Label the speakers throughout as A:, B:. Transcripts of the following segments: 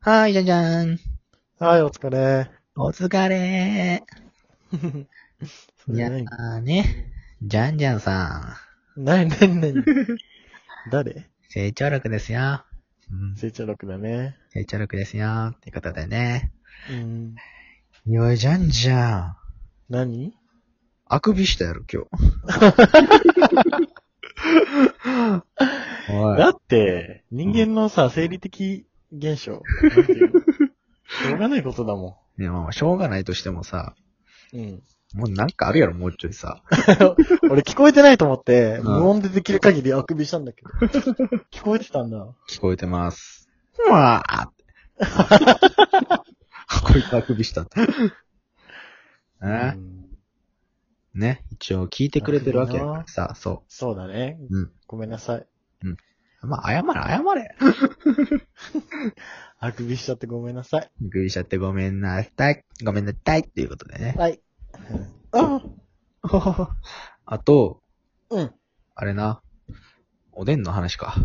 A: はーい、じゃんじゃん。
B: はい、お疲れ。
A: お疲れ
B: そ
A: ー。い
B: れ
A: や
B: 何
A: ーね、じゃんじゃんさ
B: 何 何何誰
A: ん、成長力ですよ。うん、
B: 成長録だね。
A: 成長力ですよ。ってことでね。
B: うん。
A: いや、じゃんじゃん。
B: 何
A: あくびしたやろ、今日。 おい。
B: だって、人間のさ、生理的 現象。なんていうのしょうがないことだも
A: いやまあまあしょうがないとしてもさ、
B: ん。うん。
A: もうなんかあるやろ、もうちょいさ。
B: 俺聞こえてないと思って、
A: ん
B: 無音でできる限りあくびした んだけど。聞こえてたんだ。
A: 聞こえてます。うわー って。こいつあくびした って。えー
B: うん
A: ね、一応聞いてくれてるわけやからさ、そ
B: そうだね。
A: うん
B: ごめんなさい。
A: う。まあ、謝れ、謝れ。
B: あくびしちゃってごめんなさい。
A: グリシャってごめんなさい。ごめんなさい。っていうことで ね。
B: はい。あ
A: あと、
B: うん。
A: あれな。おでんの話か。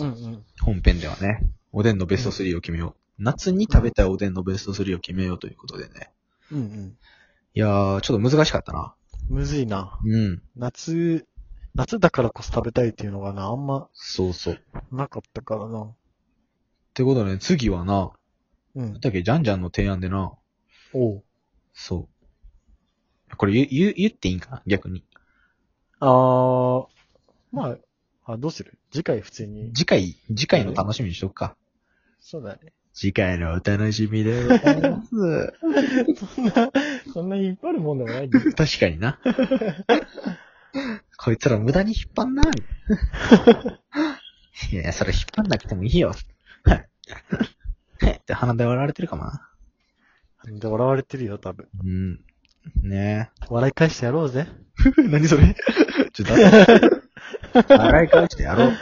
B: うんうん。
A: 本編ではね。おでんのベスト3を決めよう。夏に食べたいおでんのベスト3を決めようということでね。
B: うん
A: いやー、ちょっと難しかったな。
B: うん。むずいな。
A: うん。
B: 夏、夏だからこそ食べたいっていうのがな、あんま
A: そうそう。っ
B: なかったからな。
A: てことでね、次はな、
B: う
A: なん
B: ん。
A: だっけ、ジャンジャンの提案でな、
B: おう。
A: そう。これ言う、言う、言っていいんかな逆に。
B: あー、まあ、あ、どうする次回普通に。
A: 次回、次回の楽しみにしとくか。
B: そうだね。
A: 次回のお楽しみでございます。
B: そんな、 そんな引っ張るもんでもないけど。
A: 確かに な。こいつら無駄に引っ張ん な。いや、それ引っ張んなくてもいい よ。って鼻で笑われてるかもな。
B: で、笑われてるよ、多分。
A: うん。ね
B: 笑い返してやろうぜ。
A: え。 何それちょ、だって。笑い返してやろうっ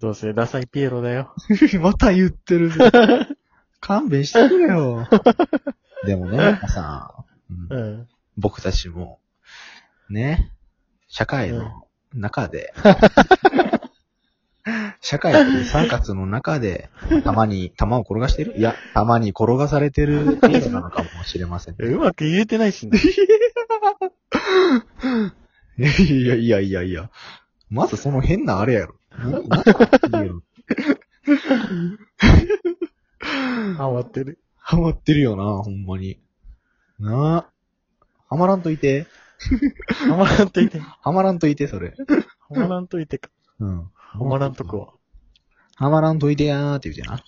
B: どうせ、ダサいピエロだよ。
A: て。 また言ってるぜ。勘弁してくれよ。でもね、やっぱさ、うん
B: うん。
A: 僕たちも、ね、社会の中で、 社会という三角の中で、たまに玉を転がしてるいや、たまに転がされてる程度なのかもしれませんね。
B: うまく言えてないしね。
A: いやいやいやいや。まずその変なあれやろ。ななんていうの
B: ハマってる。
A: ハマってるよな、ほんまに。なあ。ハマらんといて。
B: ハマらんと いて。ハ
A: ハマらんといて、それ。
B: マらんといてか。
A: うん。
B: ハマらんとこは。
A: ハマらんといてやーって言うてな。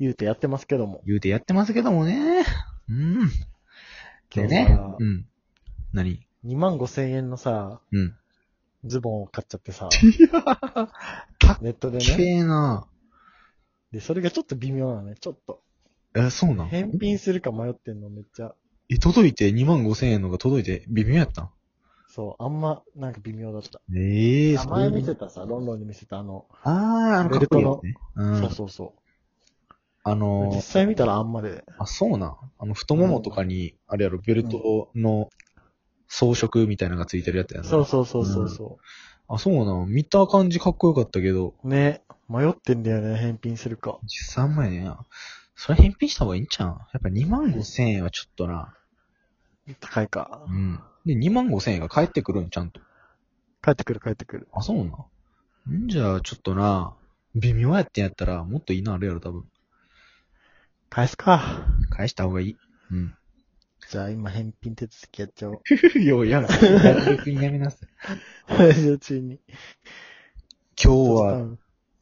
B: 言うてやってますけども。
A: 言うてやってますけどもね。うん。で
B: 今
A: ね
B: 日さ。
A: うん。何
B: 2万5千円のさ、
A: うん。
B: ズボンを買っちゃってさ、
A: た
B: ネットで
A: き
B: ね。
A: れいな
B: で、それがちょっと微妙なのね。ちょっと。
A: え、そうなん
B: 返品するか迷ってんのめっちゃ。
A: え、届いて2万5千円のが届いて微妙やったん
B: そう、あんま、なんか微妙だった。
A: ええ
B: あ前見せたさ、ロンドンに見せたあの、
A: ああ、あの、かっこいいやつね。う。
B: そうんそうそ
A: あ
B: う。実
A: の、
B: 際見たらあんまで。
A: あ、そうなんあの、太ももとかに、あれやろ、ベルトの装飾みたいなのがついてるやつやな。
B: そうそうそうそうそ
A: あ、そうなん見た感じかっこよかったけど、
B: う。ね、迷ってんだよね、返品するか。
A: 実際前ねや。それ返品した方がいいんちゃうんやっぱ2万5千円はちょっとな。
B: 高いか
A: う。ん。で、2万5千円が返ってくるん、ちゃんと。
B: 帰ってくる帰ってくる。
A: あ、そうなん。んじゃあ、ちょっとな、微妙やってんやったら、もっといいのあるやろ、多分。
B: 返すか。
A: 返した方がいい。 うん。
B: じゃあ今返品手続きやっちゃお う。
A: ようやめ。逆にやめなさい。
B: ラジオ中に。
A: 今日は、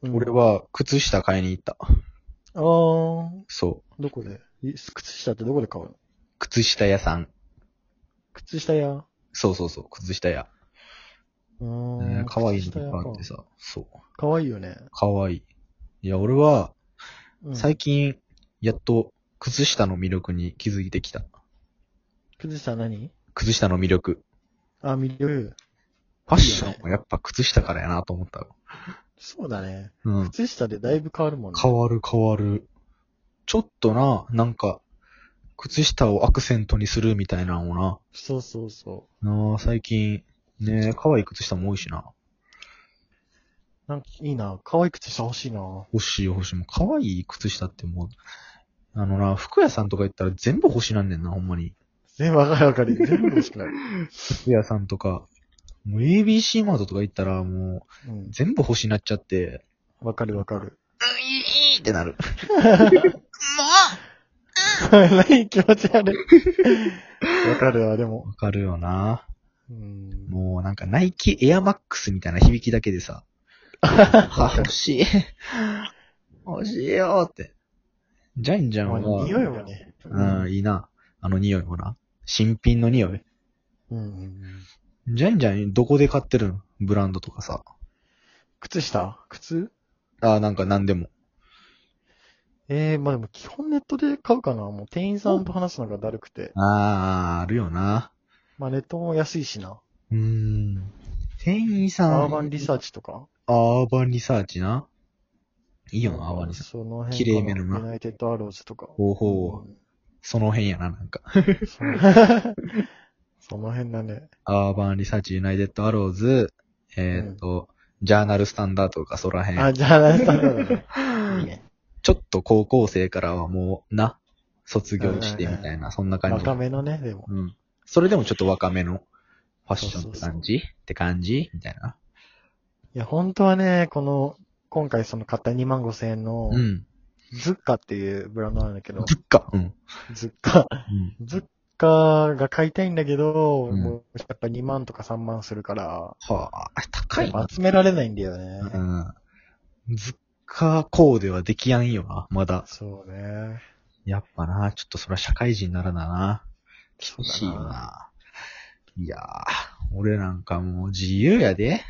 B: うん、
A: 俺。は靴下買いに行った。
B: あー、
A: そう。
B: どこでい靴下ってどこで買うの
A: 靴下屋さん。
B: 靴下屋。
A: そうそうそう、靴下屋。
B: う
A: え
B: ー
A: ー
B: ん。
A: 可愛い
B: 靴下
A: の
B: 屋
A: が
B: か
A: あってさ。そう。
B: 可愛いよね。
A: 可愛いい。いや、俺は、
B: うん
A: 最近、やっと、靴下の魅力に気づいてきた。
B: 靴下何
A: 靴下の魅力。
B: あ、魅力。
A: ファッションもやっぱ靴下からやなと思ったわ。
B: そうだね。
A: うん。
B: 靴下でだいぶ変わるもんね。
A: 変わる変わる。ちょっとな、なんか、靴下をアクセントにするみたいなのをな。
B: そうそうそ
A: なあ最近、ね可愛い靴下も多いしな。
B: なんかいいな。可愛い靴下欲しいな。
A: 欲しい欲しい。もう可愛い靴下ってもう、あのな、服屋さんとか行ったら全部欲しなんねんな、ほんまに。
B: 全部わかるわかる。全部欲しくなる。
A: 服屋さんとか、もう ABC マートとか行ったらも
B: う。
A: うん全部欲しになっちゃって、
B: わかるわかる。
A: うん、いいいいってな る。
B: 何気持ち悪い。わかるわ、でも。
A: わかるよな。
B: うん。
A: もうなんかナイキエアマックスみたいな響きだけでさ、あ、 欲しい。欲しいよって。ジャインジャンは、
B: まあ匂いもね。
A: うん、いいな。あの匂いもな。新品の匂い。
B: うんうんうん。
A: ジャインジャンどこで買ってるのブランドとかさ。
B: 靴下靴
A: あーなんか何でも。
B: ええまあでも基本ネットで買うかな。もう店員さんと話すのがだるくて。
A: ああ、あるよな。
B: まあネットも安いしな。
A: うーん。店員さん。
B: アーバンリサーチとか。
A: アーバンリサーチな。いい
B: い
A: よな、アーバンリサーチ。
B: その辺か。
A: 綺麗めのな
B: ユナイテッドアローズとか。
A: ほうほう。
B: うん
A: その辺やな、なんか。
B: その その辺だね。
A: アーバンリサーチユナイテッドアローズ、えーっと、ジャーナルスタンダードとかそら辺。
B: あ、じゃあ、なんだろうね。いいね。
A: ちょっと高校生からはもう、な、卒業してみたいな、そんな感じ。
B: 若めのね、でも。
A: うん。それでもちょっと若めのファッションって感じって感じみたいな。
B: いや、本当はね、この、今回その買った2万5千円の
A: う、ん。
B: ズッカっていうブランドなんだけど、
A: ぶっか。うん。
B: ズッカ、
A: うん。
B: ズッカが買いたいんだけど、
A: うん
B: もうやっぱ2万とか3万するから、
A: はあ、高
B: や
A: い
B: っぱ
A: な。
B: 集められないんだよね。
A: うん。ずっかこうではできやんよな、まだ。
B: そうね。
A: やっぱな、ちょっとそら社会人ならだな。
B: そう
A: 厳しい
B: だ
A: よ。な。いやー、俺なんかもう自由やで。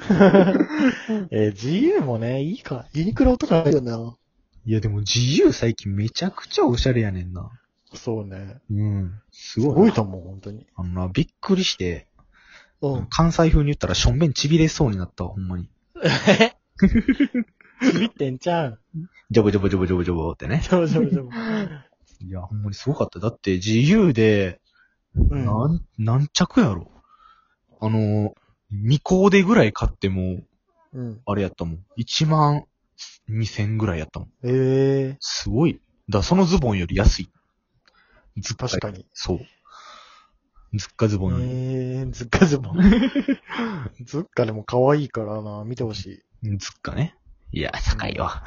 B: えー、GU もね、いいか。ユニクロとかあるよな。
A: いやでも自由最近めちゃくちゃおしゃれやねんな。
B: そうね。
A: うん。す
B: す
A: ごいな。
B: ごいと思う、本当に。
A: あのな、びっくりして、
B: うん。
A: 関西風に言ったらしょんべんちびれそうになったわ、ほんまに。
B: えちびってんちゃん。
A: ジョボジョボジョボジョボジョボってね。
B: ちょろちょろちょろ。
A: いや、ほんまにすごかった。だって、自由で、
B: うん。
A: なん、何着やろ。あの、2コーデぐらい買っても、
B: うん。
A: あれやったもん。1万2000ぐらいやったもん。
B: ええー。
A: すごい。だ、そのズボンより安い。ずっか
B: 確かに。
A: そう。ずっかズボンより。
B: えー、ズッカズ ボン。ズッカでも可愛いからな、見てほしい。
A: ずっかね。いや、高いわ。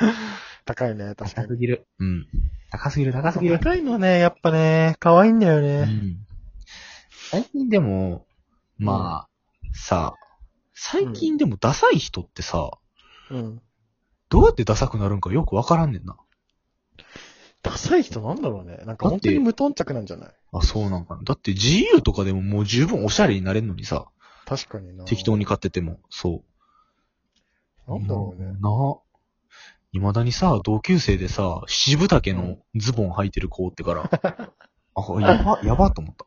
B: 高いね、確か
A: 高す
B: に。
A: ぎる。うん。高すぎる、高すぎる。
B: 高いのね、やっぱね、可愛いんだよ
A: う
B: ね。
A: ん。最近でも、まあ、さ、最近でもダサい人ってさ、
B: うん。
A: どうやってダサくなるんかよくわからんねんな。
B: ダサい人なんだろうね。なんか本当に無頓着なんじゃない
A: あ、そうなんかな。だって GU とかでももう十分おしゃれになれんのにさ、
B: 確かにな。
A: 適当に買ってても、そ
B: な
A: う。
B: んだろうね。
A: な。未だにさ、同級生でさ、七分丈のズボン履いてる子おってから、 あ、やば、やばと思った。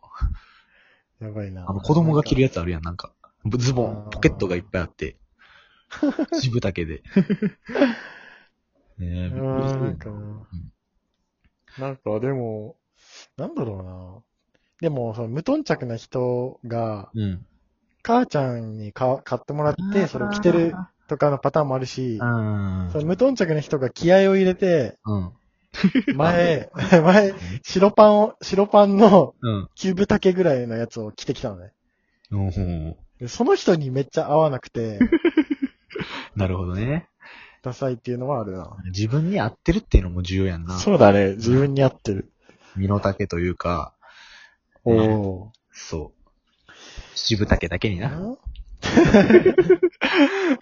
B: やばいな。
A: あの、子供が着る
B: や
A: やつあるやん、なんか。ぶズボン
B: あ、ー
A: ポケットがいっぱいあ って。七分丈で。ねえ、びっ
B: う
A: くりする
B: ん、な
A: よ
B: んか
A: な。、
B: なんかでも、なんだろうな。でも、その無頓着な人が、
A: うん。
B: 母ちゃんにか買ってもらって、それを着てるとかのパターンもあるし、
A: うん。
B: その無頓着な人が気合を入れ て、
A: うん。
B: 前、 前、白パンを、白パンの
A: うん。
B: キューブ丈ぐらいのやつを着てきたのね。
A: おー
B: でその人にめっちゃ合わな くて、
A: なるほどね。
B: ダサいっていうのはあるな。
A: 自分に合ってるっていうのも重要やんな。
B: そうだね。自分に合ってる。
A: 身の丈というか、
B: お
A: ね
B: お
A: そう。七分丈だけにな。
B: ー。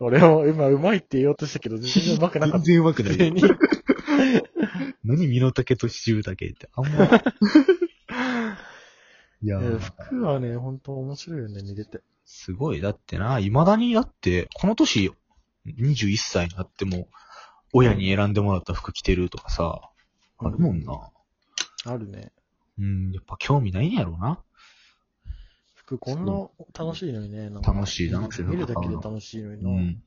B: 俺も今うまいって言おうとしたけど、全然うまくなか
A: 全
B: った。
A: 然うまくない。
B: 全然
A: 何身の丈と七分丈って、あん ま。いやー、
B: 服はね、ほんと面白いよね、見れて。
A: すごい。だってな、未だにだって、この年、21歳になっても、親に選んでもらった服着てるとかさ、あるもんな。
B: あるね。
A: うん、やっぱ興味ないんやろうな。
B: 服こんな楽しいのにね。なんか
A: 楽しい楽しい
B: 見るだけで楽しいのに
A: う
B: な。
A: ん。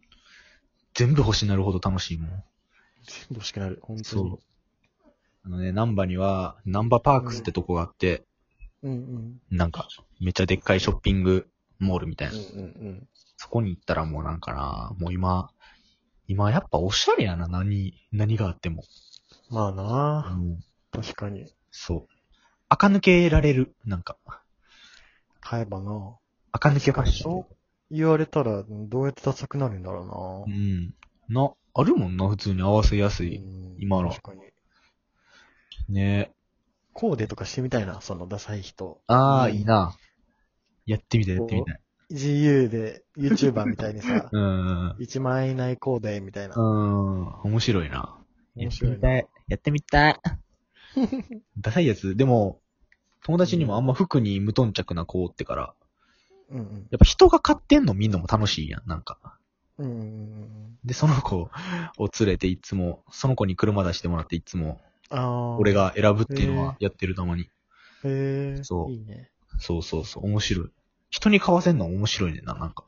A: 全部欲しになるほど楽しいもん。
B: 全部欲しくなる、ほんとに
A: そ。あのね、ナンバには、ナンバパークスってとこがあって、
B: うんうん。
A: なんか、めっちゃでっかいショッピングモールみたいな。
B: うんうん
A: そこに行ったらもうなんかな、もう今、今やっぱおしゃれやな、何、何があっても。
B: うん。まあ
A: う
B: なあ、
A: ん、
B: 確かに。
A: そう。垢抜けられる、なんか。
B: 買えばな。
A: 垢抜けファッション
B: そ。う言われたら、どうやってダサくなるんだろ
A: う
B: うな。
A: ん。な、あるもんな、普通に合わせやすい。
B: うん
A: 今の
B: 確かに。
A: ね
B: コーデとかしてみたいな、そのダサい人。
A: ああ、
B: うん
A: いいな。やってみたい、やってみたい。、
B: GU で YouTuber みたいにさ
A: うん。
B: 1万円以内コーデみたいな
A: う。ん。面白いな。
B: 面白いな。
A: やってみたい。やってみたい。 ダサいやつ。でも、友達にもあんま服に無頓着な子おってから、
B: うんうん
A: やっぱ人が買ってんの見んのも楽しいやん、なんか。
B: うんうんうんうん。
A: で、その子を連れていつも、その子に車出してもらっていつも、
B: ああ。
A: 俺。が選ぶっていうのはやってるたまに。
B: へえ。
A: そう
B: いいね。
A: そうそうそう、面白い。人に買わせんのは面白いねんな、なんか。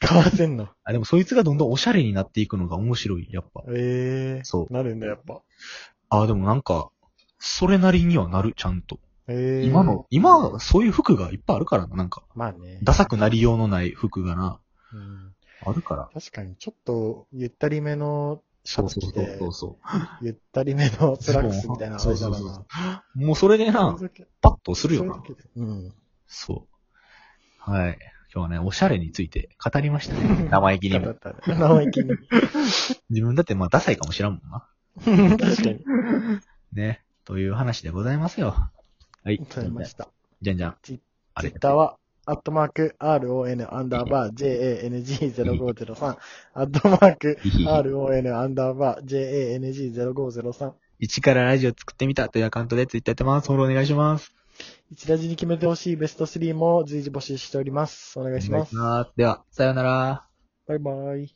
B: 買わせんの。
A: あ、でもそいつがどんどんおしゃれになっていくのが面白い、やっぱ。
B: ええ。
A: そう
B: なるんだ、やっぱ。
A: あ、でもなんか、それなりにはなる、ちゃんと。
B: ええ。
A: 今の、今はそういう服がいっぱいあるからな、なんか。
B: まあね。
A: ダサくなりようのない服がな、
B: うん
A: あるから。
B: 確かに、ちょっと、ゆったりめのシ
A: そ
B: ャ
A: う
B: ツ
A: そう
B: 着
A: そう
B: て
A: そう、そ
B: ゆったりめのスラックスみたいな
A: そうそう
B: だ
A: そうそ
B: な。
A: う。もうそれでな
B: そ、れだけ
A: パッとするよな。
B: それだけでうん。
A: そう。はい。今日はね、おしゃれについて語りました ね。生意気に
B: だ
A: も
B: っ。たね生意気 に。
A: 自分だってまあダサいかもしらんもんな。
B: 確かに。
A: ね。という話でございますよ。はい。
B: ございました。
A: じゃんじゃん。
B: ツイ
A: あ
B: ツイ
A: れ
B: ッ。ターは、アットマーク、RON アンダーバー、JANG0503、アットマーク、RON アンダーバー、JANG0503、
A: 一からラジオ作ってみたというアカウントでツイッターやってます。フォローお願いします。
B: 一ラジに決めてほしいベスト3も随時募集しております。お
A: お
B: 願いします。
A: 願いしますでは、さようなら。
B: バイバイ。